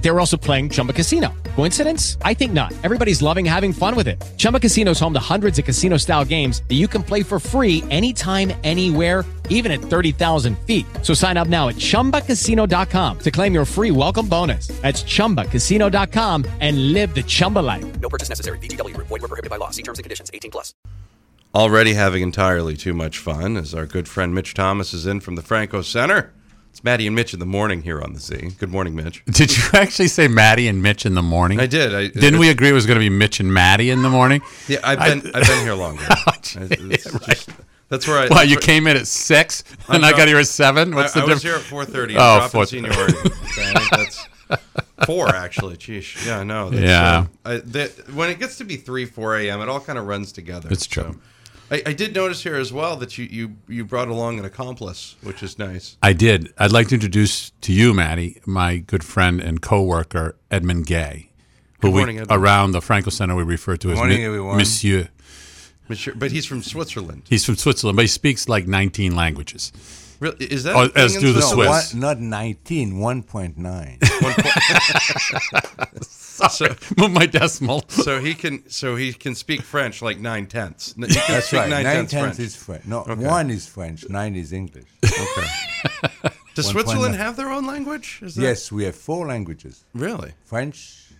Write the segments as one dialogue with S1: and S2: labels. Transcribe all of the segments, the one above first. S1: They were also playing Chumba Casino. Coincidence? I think not. Everybody's loving having fun with it. Chumba Casino is home to hundreds of casino style games that you can play for free anytime, anywhere even at 30,000 feet. So sign up now at ChumbaCasino.com to claim your free welcome bonus. That's ChumbaCasino.com and live the Chumba life.
S2: No purchase necessary. VGW Group. Void were prohibited by law. See terms and conditions. 18 plus.
S3: Already having entirely too much fun as our good friend Mitch Thomas is in from the Franco Center. It's Maddie and Mitch in the morning here on the Z. Good morning, Mitch.
S4: Did you actually say Maddie and Mitch in the morning?
S3: I did. I,
S4: Didn't we agree it was going to be Mitch and Maddie in the morning?
S3: Yeah, I've been I, have been here longer.
S4: Oh,
S3: I- it's just- that's where I.
S4: Wow, you
S3: that's
S4: came in at six and I
S3: done.
S4: got here at seven.
S3: where-
S4: What's
S3: I,
S4: the
S3: I was
S4: difference?
S3: here at four thirty.
S4: Oh,
S3: Oh, four
S4: 4:30.
S3: seniority. So I think that's four actually. Geesh. Yeah, no. That's,
S4: Yeah.
S3: uh, I, that, when it gets to be three, four a.m., it all kind of runs together.
S4: It's true.
S3: So I, I did notice here as well that you, you you brought along an accomplice, which is nice.
S4: I did. I'd like to introduce to you, Maddie, my good friend and coworker Edmund Gay, who
S3: Good
S4: we
S3: morning, Edmund.
S4: around the Franco Center we refer to as
S3: Morning,
S4: Mi-
S3: everyone.
S4: Monsieur.
S3: Monsieur- But he's from Switzerland.
S4: He's from Switzerland, but he speaks like 19 languices.
S3: Really? Is that
S4: Oh,
S3: a thing
S4: as
S3: in
S4: do the
S3: Switzerland?
S4: Swiss.
S5: One, not 19, 1.9.
S4: Sorry, move my decimal.
S3: So he can so he can speak French like nine tenths. He can
S5: That's
S3: speak
S5: right. Nine, tenths,
S3: French.
S5: is French. No, one is French, nine is English.
S3: Okay. Does
S5: One
S3: Switzerland
S5: point-
S3: have their own language? Is that-
S5: yes, we have four languages
S3: Really?
S5: French,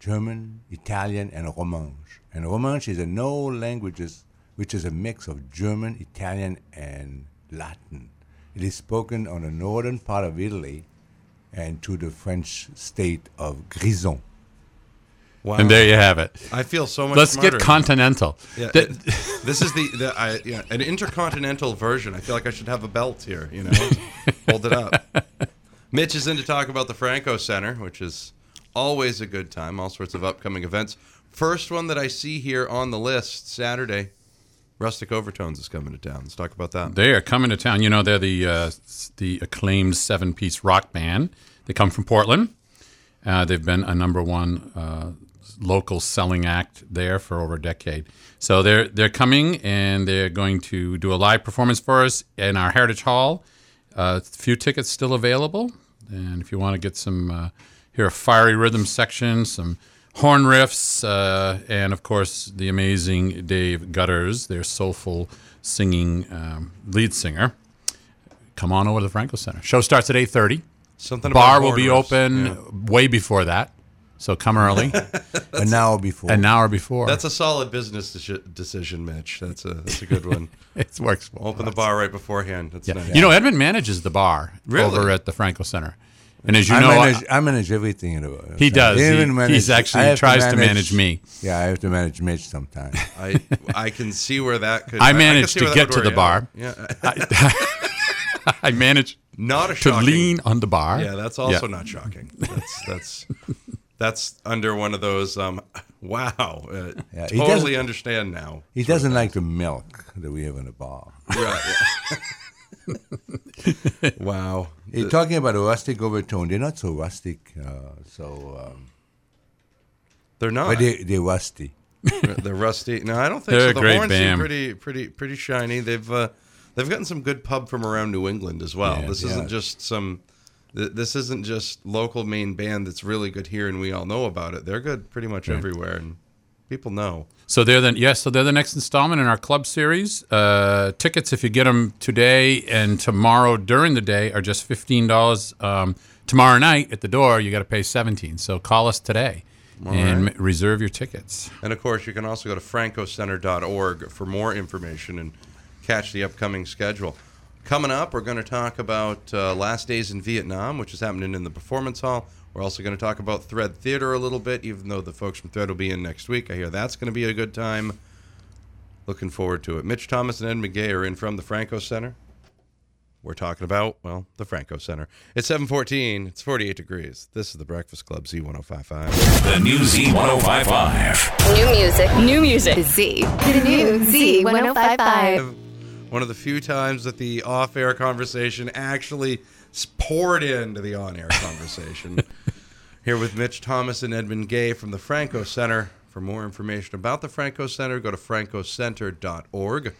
S5: German, Italian, and Romanche. And Romanche is a no languages, which is a mix of German, Italian, and Latin. It is spoken on the northern part of Italy and to the French state of Grison.
S3: Wow.
S4: And there you have it.
S3: I feel so much.
S4: Let's get
S3: smarter now.
S4: continental.
S3: Yeah,
S4: Th-
S3: it- this is the, the I, yeah, an intercontinental version. I feel like I should have a belt here. You know, hold it up. Mitch is in to talk about the Franco Center, which is always a good time. All sorts of upcoming events. First one that I see here on the list Saturday. Rustic Overtones is coming to town. Let's talk about that.
S4: They are coming to town. You know, they're the uh, s- the acclaimed seven piece rock band. They come from Portland. Uh, they've been a number one uh, local selling act there for over a decade. So they're they're coming and they're going to do a live performance for us in our Heritage Hall. Uh, few tickets still available, and if you want to get some, uh, hear a fiery rhythm section, some horn riffs, uh, and of course the amazing Dave Gutters, their soulful singing um, lead singer. Come on over to the Franco Center. Show starts at eight thirty.
S3: Something
S4: Bar
S3: about
S4: will be
S3: borders.
S4: open
S3: Yeah.
S4: way before that, so come early,
S5: An hour before.
S4: an hour before.
S3: That's a solid business deci- decision, Mitch. That's a that's a good one.
S4: it works well.
S3: open the bar right beforehand. That's nice.
S4: You know, Edmund manages the bar
S3: Really?
S4: over at the Franco Center, and as you
S5: I
S4: know,
S5: manage,
S4: I-
S5: I, manage everything in the world.
S4: He does.
S5: I
S4: He-
S5: even
S4: he's actually
S5: I have
S4: tries to manage me.
S5: Yeah, I have to manage Mitch sometimes.
S3: I I can see where that could.
S4: I
S3: can
S4: managed
S3: see
S4: to
S3: where that
S4: get
S3: would
S4: to the
S3: work
S4: bar.
S3: out. Yeah,
S4: I manage
S3: not a
S4: to
S3: shocking-
S4: lean on the bar.
S3: Yeah, that's also not shocking. That's that's that's under one of those. Um, wow, uh,
S5: Yeah, he
S3: totally
S5: doesn't-
S3: understand now.
S5: He doesn't like the milk that we have in the bar.
S3: Right. wow.
S5: You're talking about a rustic overtone. They're not so rustic, uh, so um,
S3: They're not.
S5: but they they're rusty.
S3: They're rusty. No, I don't think
S4: They're
S3: so.
S4: a
S3: The
S4: great
S3: horns
S4: band.
S3: seem pretty, pretty, pretty shiny. They've uh, they've gotten some good pub from around New England as well. this isn't just some. th- This isn't just local main band that's really good here, and we all know about it. They're good pretty much everywhere, and people know.
S4: So they're the yes. So they're the next installment in our club series. Uh, tickets, if you get them today and tomorrow during the day, are just fifteen dollars. Um, tomorrow night at the door, you got to pay seventeen. So call us today and m reserve your tickets.
S3: And of course, you can also go to francocenter.org for more information and catch the upcoming schedule. Coming up, we're going to talk about uh, Last Days in Vietnam, which is happening in the Performance Hall. We're also going to talk about Thread Theater a little bit, even though the folks from Thread will be in next week. I hear that's going to be a good time. Looking forward to it. Mitch Thomas and Ed McGay are in from the Franco Center. We're talking about, well, the Franco Center. It's 714. It's 48 degrees. This is the Breakfast Club Z1055.
S6: The new Z1055.
S7: New music.
S8: New music.
S7: Z. The new Z 1055.
S3: one of the few times that the off-air conversation actually s- poured into the on-air conversation. Here with Mitch Thomas and Edmund Gay from the Franco Center. For more information about the Franco Center, go to francocenter.org.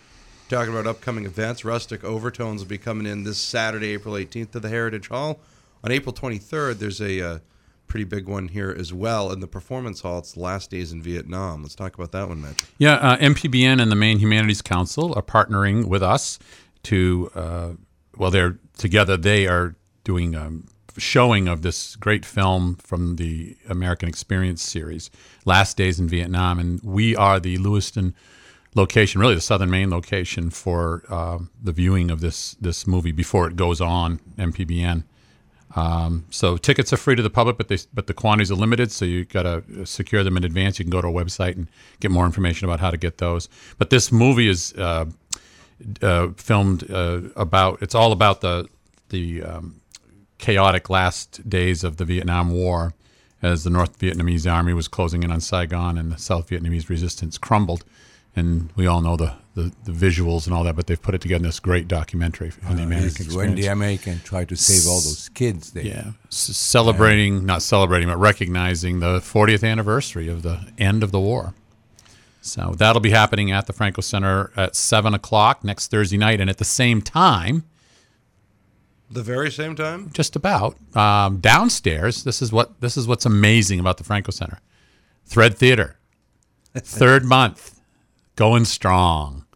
S3: Talking about upcoming events, Rustic Overtones will be coming in this Saturday, April 18th, to the Heritage Hall. On April 23rd, there's a uh, pretty big one here as well in the Performance Hall. It's the Last Days in Vietnam. Let's talk about that one, Mitch.
S4: Yeah, uh, MPBN and the Maine Humanities Council are partnering with us to, uh, well, they're together. They are doing a showing of this great film from the American Experience series, Last Days in Vietnam, and we are the Lewiston location, really the Southern Maine location for uh, the viewing of this this movie before it goes on MPBN. Um, so tickets are free to the public, but they, but the quantities are limited, so you got to secure them in advance. You can go to our website and get more information about how to get those. But this movie is uh, uh, filmed uh, about. It's all about the the um, chaotic last days of the Vietnam War, as the North Vietnamese army was closing in on Saigon and the South Vietnamese resistance crumbled. And we all know the, the, the visuals and all that, but they've put it together in this great documentary on the American
S5: Uh, It's
S4: experience.
S5: when the American tried to save all those kids there.
S4: Yeah, s- celebrating, not celebrating, but recognizing the 40th anniversary of the end of the war. So that'll be happening at the Franco Center at 7 o'clock next Thursday night. And at the same time,
S3: The very same time?
S4: just about, um, downstairs, this is, what, this is what's amazing about the Franco Center Thread Theater, third month, going strong.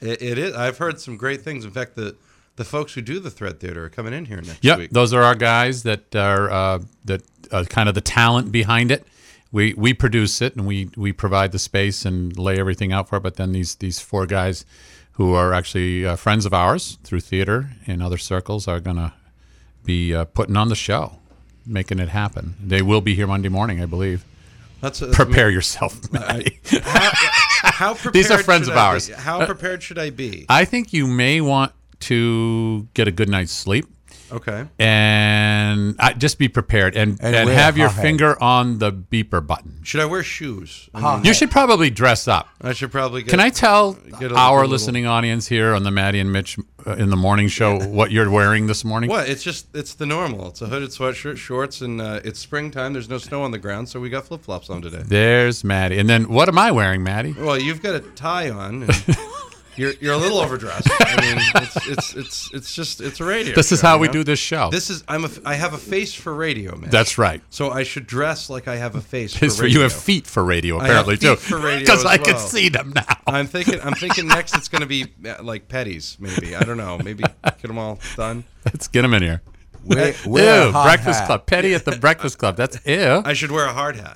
S3: It, it is. I've heard some great things. In fact, the, the folks who do the Thread Theater are coming in here next
S4: Yep,
S3: week.
S4: those are our guys that are uh, that are kind of the talent behind it. We we produce it and we we provide the space and lay everything out for it. But then these these four guys, who are actually uh, friends of ours through theater and other circles, are gonna be uh, putting on the show, making it happen. They will be here Monday morning, I believe.
S3: That's, that's
S4: Prepare yourself, Matty.
S3: How prepared
S4: These are friends
S3: should
S4: of
S3: I be?
S4: ours. Uh,
S3: How prepared should I be?
S4: I think you may want to get a good night's sleep.
S3: Okay.
S4: and I, just be prepared and,
S5: And
S4: and,
S5: wear a
S4: have your
S5: hard hat.
S4: finger on the beeper button.
S3: Should I wear shoes? I, mean,
S4: You should probably dress up.
S3: I should probably. Get,
S4: Can I tell
S3: a look- a
S4: our
S3: little-
S4: listening audience here on the Maddie and Mitch uh, in the morning show what you're wearing this morning?
S3: What? It's just it's the normal. It's a hooded sweatshirt, shorts, and uh, it's springtime. There's no snow on the ground, so we got flip flops on today.
S4: There's Maddie. And then what am I wearing, Maddie?
S3: Well, you've got a tie on. And you're you're a little overdressed. I mean, it's it's it's it's just it's a radio.
S4: This is
S3: show,
S4: how
S3: you
S4: we
S3: know?
S4: do this show.
S3: This is I'm a f- I have a face for radio, man.
S4: That's right.
S3: So I should dress like I have a face.
S4: It's
S3: for
S4: for
S3: radio.
S4: you have feet for radio
S3: I have
S4: apparently
S3: feet
S4: too,
S3: for radio as
S4: I can
S3: well.
S4: see them now.
S3: I'm thinking. I'm thinking next it's going to be uh, like petties, maybe. I don't know. Maybe get them all done.
S4: Let's get them in here.
S5: Wear, wear a
S4: Ew,
S5: hard
S4: Breakfast
S5: hat.
S4: Club. Petty at the Breakfast Club. That's ew.
S3: I should wear a hard hat.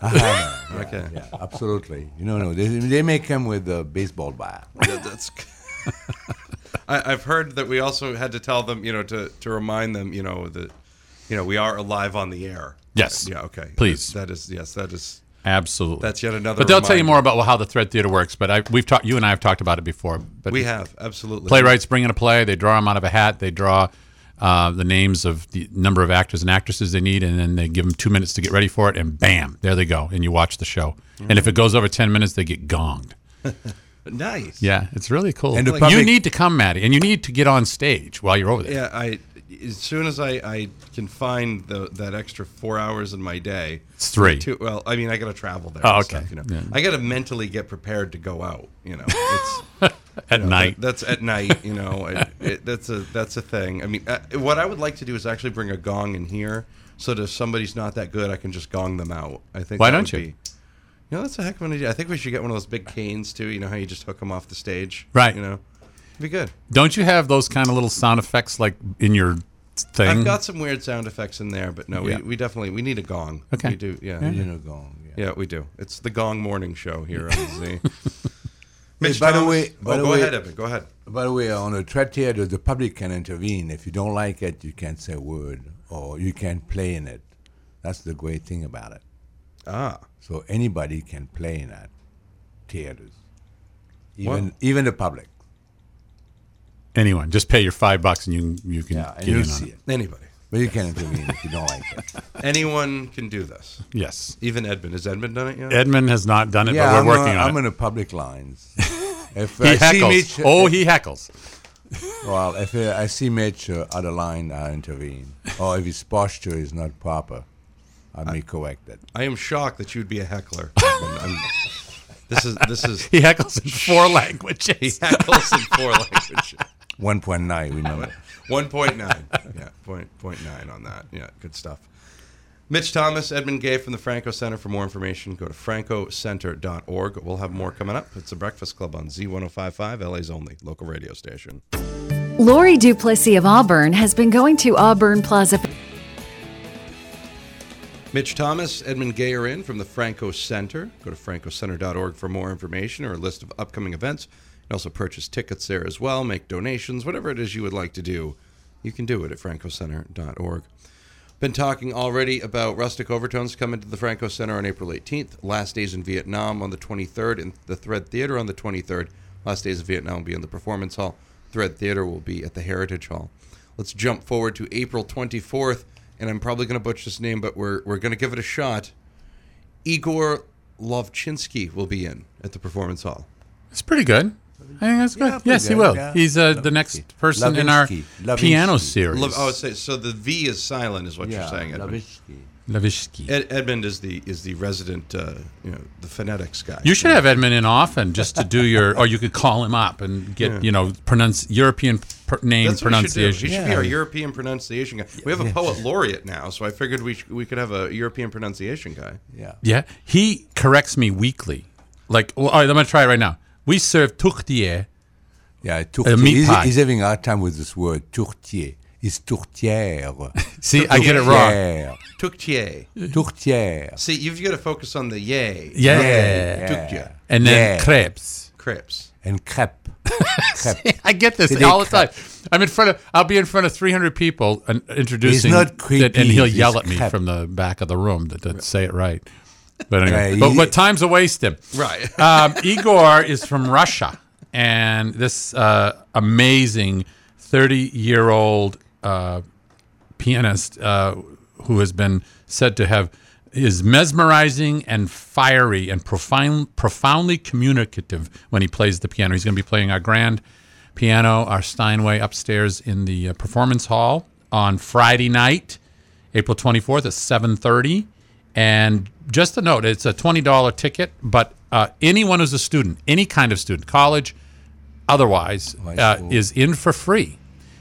S3: okay,
S5: Yeah, absolutely. You know, no, they, they may come with a baseball bat.
S3: That- that's. I, I've heard that we also had to tell them, you know, to to remind them, you know, that, you know, we are alive on the air.
S4: Yes.
S3: Yeah. Okay.
S4: Please.
S3: That is yes. That is
S4: Absolutely.
S3: That's yet another
S4: But they'll tell you more
S3: reminder.
S4: about how the thread theater works. But I, we've talked. You and I have talked about it before. But
S3: we have absolutely
S4: playwrights bring in a play. They draw them out of a hat. They draw uh, the names of the number of actors and actresses they need, and then they give them two minutes to get ready for it. And bam, there they go. And you watch the show.
S3: Mm-hmm.
S4: And if it goes over ten minutes, they get gonged.
S3: Nice.
S4: Yeah, it's really cool.
S5: And the
S4: you
S5: public-
S4: need to come, Maddie, and you need to get on stage while you're over there.
S3: Yeah. I as soon as I I can find the, that extra four hours in my day.
S4: It's three.
S3: Two, well, I mean, I got to travel there.
S4: Oh,
S3: and
S4: okay.
S3: Stuff, you know,
S4: Yeah.
S3: I got to mentally get prepared to go out. You know, it's
S4: at night.
S3: that's at night. You know, it, it, that's a that's a thing. I mean, uh, what I would like to do is actually bring a gong in here, so that if somebody's not that good, I can just gong them out. I think. that
S4: Why
S3: would
S4: don't you?
S3: Be, you know, that's a heck of an idea. I think we should get one of those big canes too. You know how you just hook them off the stage,
S4: Right.
S3: You know, be good.
S4: Don't you have those kind of little sound effects like in your thing?
S3: I've got some weird sound effects in there, but no,
S4: Yeah.
S3: we, we definitely we need a gong.
S4: Okay.
S3: we do. Yeah,
S5: You know, gone. Yeah.
S3: yeah, we do. It's the Gong Morning Show here on Z. Mitch
S5: by the
S3: Thomas-
S5: way- by
S3: oh,
S5: the
S3: go
S5: way-
S3: ahead, Evan. Go ahead.
S5: By the way, on a threat theater, the public can intervene. If you don't like it, you can't say a word or you can play in it. That's the great thing about it.
S3: Ah,
S5: So anybody can play in that theaters, even even the public.
S4: Anyone, just pay your five bucks and you you can
S5: Yeah, and
S4: get in
S5: you
S4: on
S5: see
S4: it.
S5: it.
S3: anybody,
S5: But you can intervene if you don't like it.
S3: anyone can do this.
S4: Yes.
S3: Even Edmund. Has Edmund done it yet?
S4: Edmund has not done it,
S5: yeah,
S4: but
S5: I'm
S4: we're working
S5: a,
S4: on
S5: I'm
S4: it.
S5: in the public lines. If
S4: he
S5: I see
S4: heckles.
S5: Mitch,
S4: oh, he heckles.
S5: well, if uh, I see Mitch uh, out of line, I intervene. Or if his posture is not proper, I may correct it.
S3: I am shocked that you'd be a heckler. Edmund. I'm- This is this is
S4: He heckles in four languages.
S3: he heckles in four languages.
S5: 1.9, remember.
S3: One point nine. Yeah, point point nine on that. Yeah, good stuff. Mitch Thomas, Edmund Gay from the Franco Center. For more information, go to francocenter.org. We'll have more coming up. It's the Breakfast Club on Z1055, LA's only local radio station.
S8: Lori Duplessis of Auburn has been going to Auburn Plaza.
S3: Mitch Thomas, Edmund Gay are in from the Franco Center. Go to francocenter.org for more information or a list of upcoming events. You can also purchase tickets there as well, make donations, whatever it is you would like to do, you can do it at francocenter.org. Been talking already about rustic overtones coming to the Franco Center on April 18th, Last Days in Vietnam on the 23rd, and the Thread Theater on the 23rd. Last Days in Vietnam will be in the Performance Hall. Thread Theater will be at the Heritage Hall. Let's jump forward to April 24th, and I'm probably going to butcher this name, but we're, we're going to give it a shot. Igor Lovchinsky will be in at the Performance Hall.
S4: It's pretty good. I think that's good.
S5: pretty
S4: yes, he
S5: good,
S4: will.
S5: yeah.
S4: He's uh, the next person in our
S5: Levinsky. Levinsky.
S4: piano series.
S3: Lov- oh, so, so the V is silent, is what
S5: Yeah,
S3: you're saying, Edmund.
S5: Lavinsky.
S4: Levinsky.
S3: Ed, Edmund is the is the resident, uh, you know, the phonetics guy.
S4: You should have Edmund in often just to do your, or you could call him up and get you know pronounce European pr- name
S3: That's What he should, do.
S4: pronunciation.
S3: he should be our European pronunciation guy. We have a poet laureate now, so I figured we sh- we could have a European pronunciation guy.
S5: Yeah.
S4: Yeah, he corrects me weekly. Like, well, all right, I'm gonna try it right now. We serve tourtière.
S5: Yeah, tourtier.
S4: A Uh, meat
S5: he's,
S4: pie.
S5: he's having a hard time with this word, tourtier. It's tourtière.
S4: See, I get it wrong.
S5: Tourtière.
S3: Tuktie.
S5: Tourtière.
S3: See, you've got to focus on the yay.
S4: Yeah,
S5: Yeah.
S3: Tuktie.
S4: and then
S5: Yeah.
S4: crepes.
S3: Crepes.
S5: And crêpe. crêpe.
S4: I get this
S5: Did he
S4: all the time.
S5: cut?
S4: I'm in front of. I'll be in front of 300 people and introducing.
S5: not
S4: that-
S5: creepy,
S4: and he'll
S5: he's
S4: yell at me
S5: cut.
S4: from the back of the room to, to say it right. But anyway,
S5: Yeah,
S4: but,
S5: he-
S4: but time's a waste him.
S3: Right.
S4: um, Igor is from Russia, and this uh, amazing 30 year old uh, pianist uh, who has been said to have is mesmerizing and fiery and profound, profoundly communicative when he plays the piano. He's going to be playing our grand piano, our Steinway upstairs in the uh, performance hall on Friday night, April 24th at 7:30. And just a note, it's a $20 ticket, but uh, anyone who's a student, any kind of student, college, otherwise, uh, is in for free.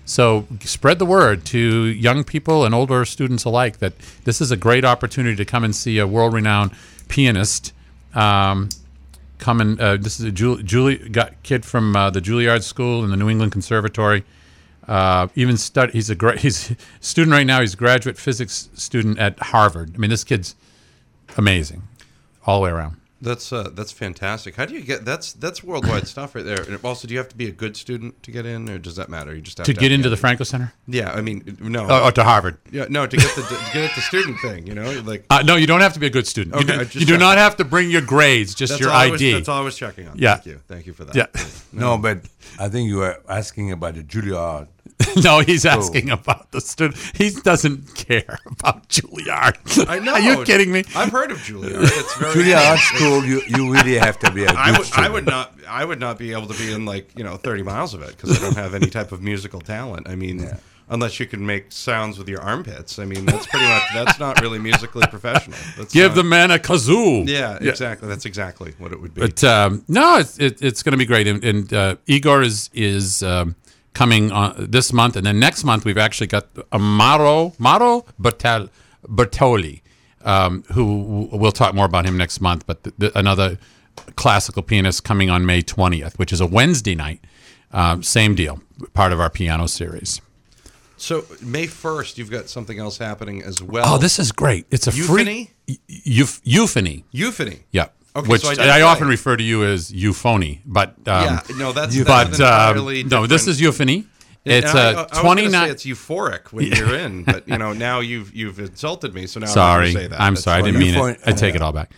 S4: So spread the word to young people and older students alike that this is a great opportunity to come and see a world-renowned pianist. Um, come and uh, this is a Julie, Julie got kid from uh, the Juilliard School and the New England Conservatory. Uh, even stud, he's a great he's a student right now. He's a graduate physics student at Harvard. I mean, this kid's amazing all the way around.
S3: That's uh, that's fantastic. How do you get that's that's worldwide stuff right there. And also, do you have to be a good student to get in, or does that matter? You just have
S4: To
S3: to,
S4: get into the Oh, Franco Center
S3: yeah. I mean, no,
S4: or, or to Harvard.
S3: yeah, no, to get the to get at the student thing. You know, like
S4: Uh, no, you don't have to be a good student.
S3: Okay, I
S4: you
S3: just
S4: do, you do
S3: checked.
S4: not have to bring your grades, just
S3: that's
S4: your
S3: all I was-
S4: ID.
S3: that's all I was checking on.
S4: Yeah.
S3: Thank you. Thank you for that.
S4: yeah.
S5: No, but I think you were asking about the Juilliard.
S4: no, he's asking about the student. He doesn't care about Juilliard.
S3: I know.
S4: Are you kidding me?
S3: I've heard of Juilliard. It's very
S5: Juilliard school, you, you really have to be a good
S3: I would, I
S5: student.
S3: would not I would not be able to be in like you know 30 miles of it because I don't have any type of musical talent. I mean, unless you can make sounds with your armpits. I mean, that's pretty much that's not really musically professional. That's
S4: Give
S3: not-
S4: the man a kazoo.
S3: yeah, exactly. That's exactly what it would be.
S4: But um, no, it's it, it's going to be great. And, and uh, Igor is is um, coming on this month, and then next month we've actually got Amaro Maro Bertal, Bertoli, um, who we'll talk more about him next month. But th- th- another classical pianist coming on May twentieth, which is a Wednesday night. Um, same deal, part of our piano series.
S3: so May 1st, you've got something else happening as well.
S4: Oh, this is great! It's a
S3: Euphony?
S4: free eu- eu- euphony.
S3: euphony.
S4: Yeah.
S3: Okay,
S4: Which
S3: so I did
S4: I,
S3: play.
S4: often refer to you as euphony, but um,
S3: Yeah, no, that's- that's an
S4: but um,
S3: entirely
S4: no, this
S3: different-
S4: is euphony.
S3: And
S4: It's
S3: I- I- I
S4: a
S3: was gonna
S4: twenty
S3: say
S4: nine.
S3: It's euphoric when you're in, but you know now you've you've insulted me, so now I'm
S4: Sorry,
S3: not gonna say that.
S4: I'm
S3: That's
S4: sorry, I
S3: fine.
S4: didn't mean it.
S5: Euphony-
S4: I take it all back.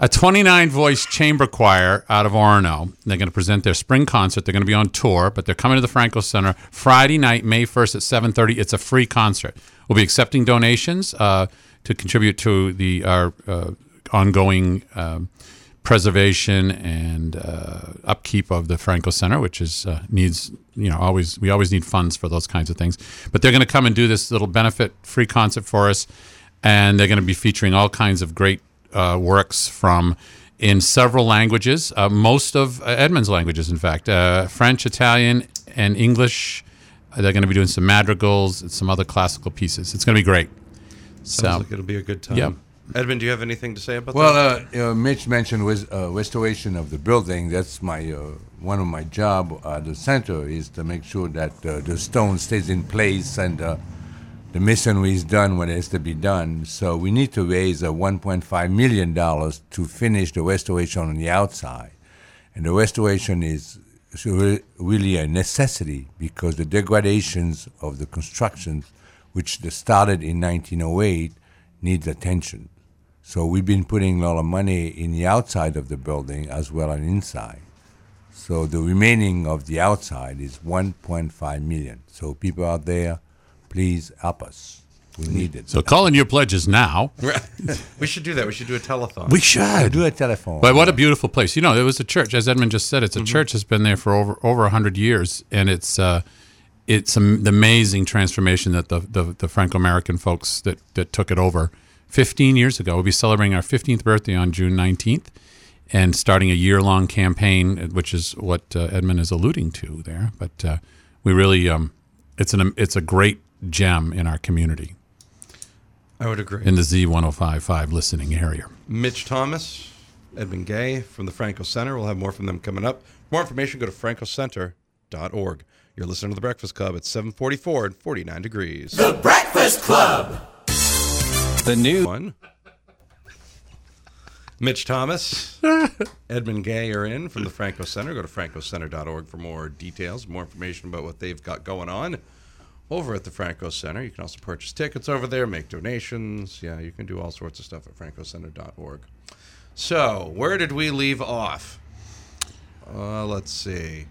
S4: A 29 voice chamber choir out of Orono. They're going to present their spring concert. They're going to be on tour, but they're coming to the Franco Center Friday night, May 1st at 7:30. It's a free concert. We'll be accepting donations uh, to contribute to the our uh, ongoing. Um, preservation and uh, upkeep of the Franco Center, which is uh, needs you know always we always need funds for those kinds of things. But they're going to come and do this little benefit free concert for us, and they're going to be featuring all kinds of great uh, works from in several languages, uh, most of uh, Edmund's languages, in fact, uh, French, Italian, and English. Uh, They're going to be doing some madrigals and some other classical pieces. It's going to be great.
S3: Sounds
S4: So,
S3: like it'll be a good time.
S4: Yeah.
S3: Edmund, do you have anything to say about
S5: Well,
S3: that?
S5: uh, you know, Mitch mentioned was, uh, restoration of the building. That's my uh, one of my job at the center is to make sure that uh, the stone stays in place and uh, the masonry is done when it has to be done. So we need to raise uh, 1.5 million dollars to finish the restoration on the outside, and the restoration is is re- really a necessity because the degradations of the constructions, which they started in 1908, needs attention. So we've been putting a lot of money in the outside of the building as well as inside. So the remaining of the outside is 1.5 million. So people out there, please help us. We need
S4: Mm-hmm.
S5: it.
S4: so call in your pledges now.
S3: we should do that. We should do a telethon.
S4: should.
S5: do a telephone.
S4: But what a beautiful place! You know, there was a church, as Edmund just said. It's a church that's been there for over over hundred years, and it's uh, it's am- the amazing transformation that the the, the Franco American folks that that took it over fifteen years ago. We'll be celebrating our fifteenth birthday on June nineteenth, and starting a year long campaign, which is what uh, Edmund is alluding to there. But uh, we really, um, it's an it's a great gem in our community
S3: I would agree.
S4: in the Z one hundred five five listening area.
S3: Mitch Thomas, Edmund Gay from the Franco Center. We'll have more from them coming up. For more information, go to francocenter.org. You're listening to The Breakfast Club at 744 and 49 degrees. The Breakfast Club. The new one. Mitch Thomas, Edmund Gay are in from the Franco Center. Go to francocenter.org for more details, more information about what they've got going on over at the Franco Center. You can also purchase tickets over there, make donations. Yeah, you can do all sorts of stuff at francocenter.org. So, where did we leave off? Uh, let's see.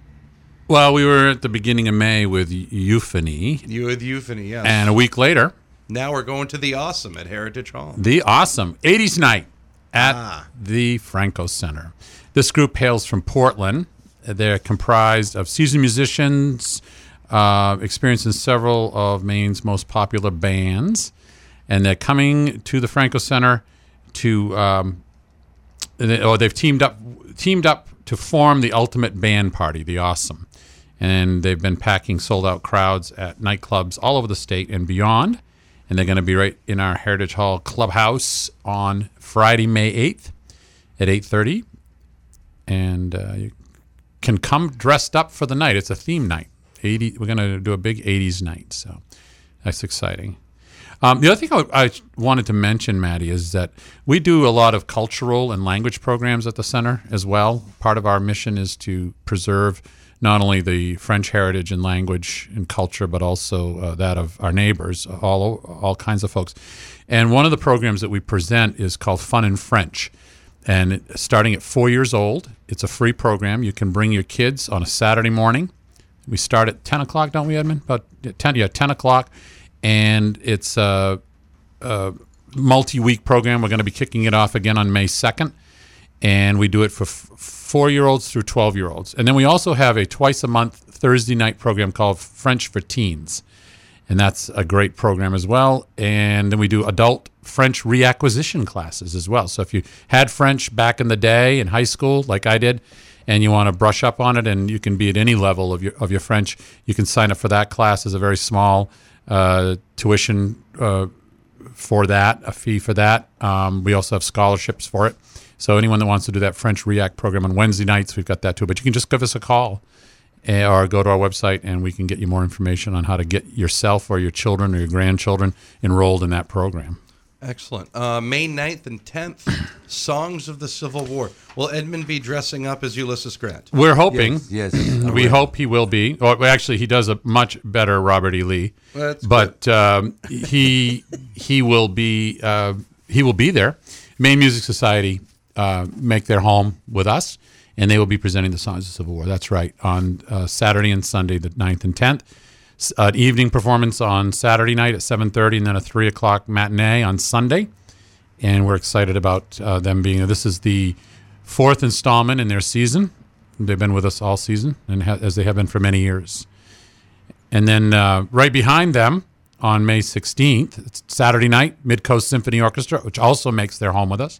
S4: Well, we were at the beginning of May with Euphony,
S3: You with euphony, yes.
S4: And a week later,
S3: now we're going to the awesome at Heritage Hall.
S4: the awesome 80s night at the Franco Center. This group hails from Portland. They're comprised of seasoned musicians, uh, experienced in several of Maine's most popular bands, and they're coming to the Franco Center to, um, they- or they've teamed up, teamed up to form the ultimate band party, the Awesome. And they've been packing sold out crowds at nightclubs all over the state and beyond and they're going to be right in our Heritage Hall clubhouse on Friday, May 8th at 8:30. And uh, you can come dressed up for the night. It's a theme night. 80 we're going to do a big 80s night, so that's exciting. Um, the other thing I, I wanted to mention, Maddie, is that we do a lot of cultural and language programs at the center as well. Part of our mission is to preserve not only the French heritage and language and culture, but also uh, that of our neighbors, all all kinds of folks. And one of the programs that we present is called Fun in French. And it, starting at four years old, it's a free program. You can bring your kids on a Saturday morning. We start at 10 o'clock, don't we, Edmund? About 10, yeah, 10 o'clock. And it's a, a multi week program. We're going to be kicking it off again on May 2nd. And we do it for f- four year olds through 12 year olds. And then we also have a twice a month Thursday night program called French for Teens. And that's a great program as well. And then we do adult French reacquisition classes as well. So if you had French back in the day in high school, like I did, and you want to brush up on it, and you can be at any level of your of your French, you can sign up for that class. There's a very small uh, tuition uh, for that, a fee for that. Um, we also have scholarships for it. So anyone that wants to do that French React program on Wednesday nights, we've got that too. But you can just give us a call eh, or go to our website and we can get you more information on how to get yourself or your children or your grandchildren enrolled in that program.
S3: Excellent. Uh, May 9th and 10th, Songs of the Civil War. Will Edmund be dressing up as Ulysses Grant?
S4: We're hoping.
S5: yes, yes.
S4: We hope he will be. Or actually, he does a much better Robert E. Lee.
S3: Well, that's
S4: but um, he he will be uh, he will be there. Maine Music Society uh, make their home with us, and they will be presenting the songs of the Civil War. That's right on uh, Saturday and Sunday, the 9th and tenth. An evening performance on Saturday night at seven thirty, and then a three o'clock matinee on Sunday and we're excited about uh, them being This is the fourth installment in their season. They've been with us all season, and ha- as they have been for many years. And then uh, right behind them on May 16th, it's Saturday night, Mid Coast Symphony Orchestra, which also makes their home with us,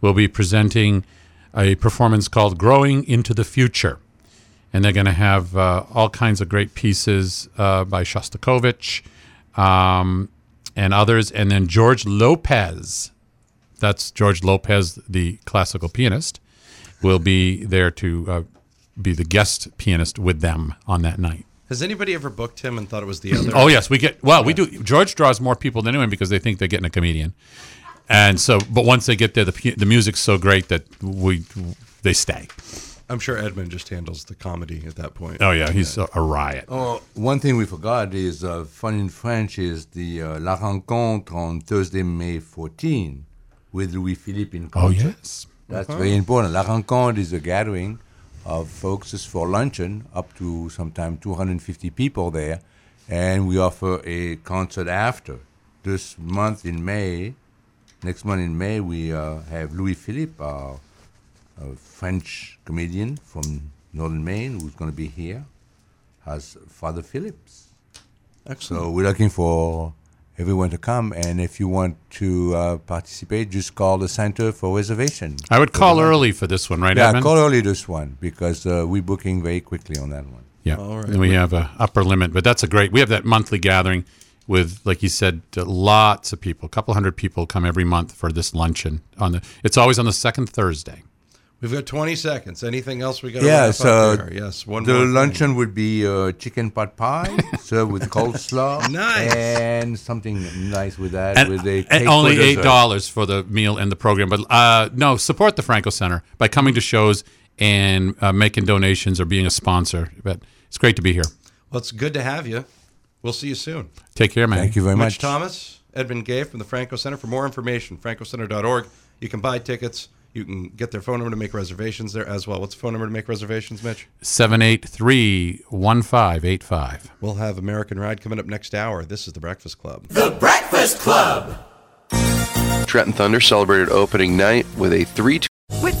S4: will be presenting a performance called Growing into the Future. And they're going to have uh, all kinds of great pieces uh, by Shostakovich um, and others. And then George Lopez, that's George Lopez, the classical pianist, will be there to uh, be the guest pianist with them on that night.
S3: Has anybody ever booked him and thought it was the other?
S4: Oh yes, we get well. We do. George draws more people than anyone because they think they're getting a comedian, and so. But once they get there, the pu- the music's so great that we they stay.
S3: I'm sure Edmund just handles the comedy at that point.
S4: Oh yeah, he's a, a riot.
S5: Oh, one thing we forgot is uh, fun in French is the uh, La Rencontre on Thursday, May 14, with Louis Philippe in
S4: Oh
S5: concert.
S4: yes.
S5: That's very important. La Rencontre is a gathering of folks just for luncheon, up to sometime 250 people there, and we offer a concert after. This month in May, next month in May, we uh, have Louis Philippe, our, a French comedian from northern Maine, who's going to be here, as Father Phillips.
S3: Excellent.
S5: So we're looking for everyone to come, and if you want to uh, participate, just call the center for reservations.
S4: I would call early for this one, right,
S5: Yeah,
S4: Edmund?
S5: call early this one because uh, we're booking very quickly on that one.
S4: Yeah. And we have a upper limit, but that's a great. We have that monthly gathering with, like you said, uh, lots of people. A couple hundred people come every month for this luncheon. On the, it's always on the second Thursday.
S3: We've got 20 seconds. Anything else we got?
S5: Yeah, so
S3: there? yes, one
S5: the
S3: more. thing.
S5: luncheon would be uh, chicken pot pie served with coleslaw,
S3: Nice.
S5: and something nice with that,
S4: And,
S5: with a
S4: and
S5: cake for
S4: only eight
S5: dessert.
S4: dollars for the meal and the program. But uh, no, support the Franco Center by coming to shows and uh, making donations or being a sponsor. But it's great to be here.
S3: Well, it's good to have you. We'll see you soon.
S4: Take care, man.
S5: Thank you very
S3: Mitch
S5: much,
S3: Thomas, Edmund Gay from the Franco Center. For more information, francocenter.org. You can buy tickets. You can get their phone number to make reservations there as well. What's the phone number to make reservations, Mitch?
S4: Seven eight three one five eight five.
S3: We'll have American Ride coming up next hour. This is The Breakfast Club.
S9: Trenton Thunder celebrated opening night with a 3
S10: With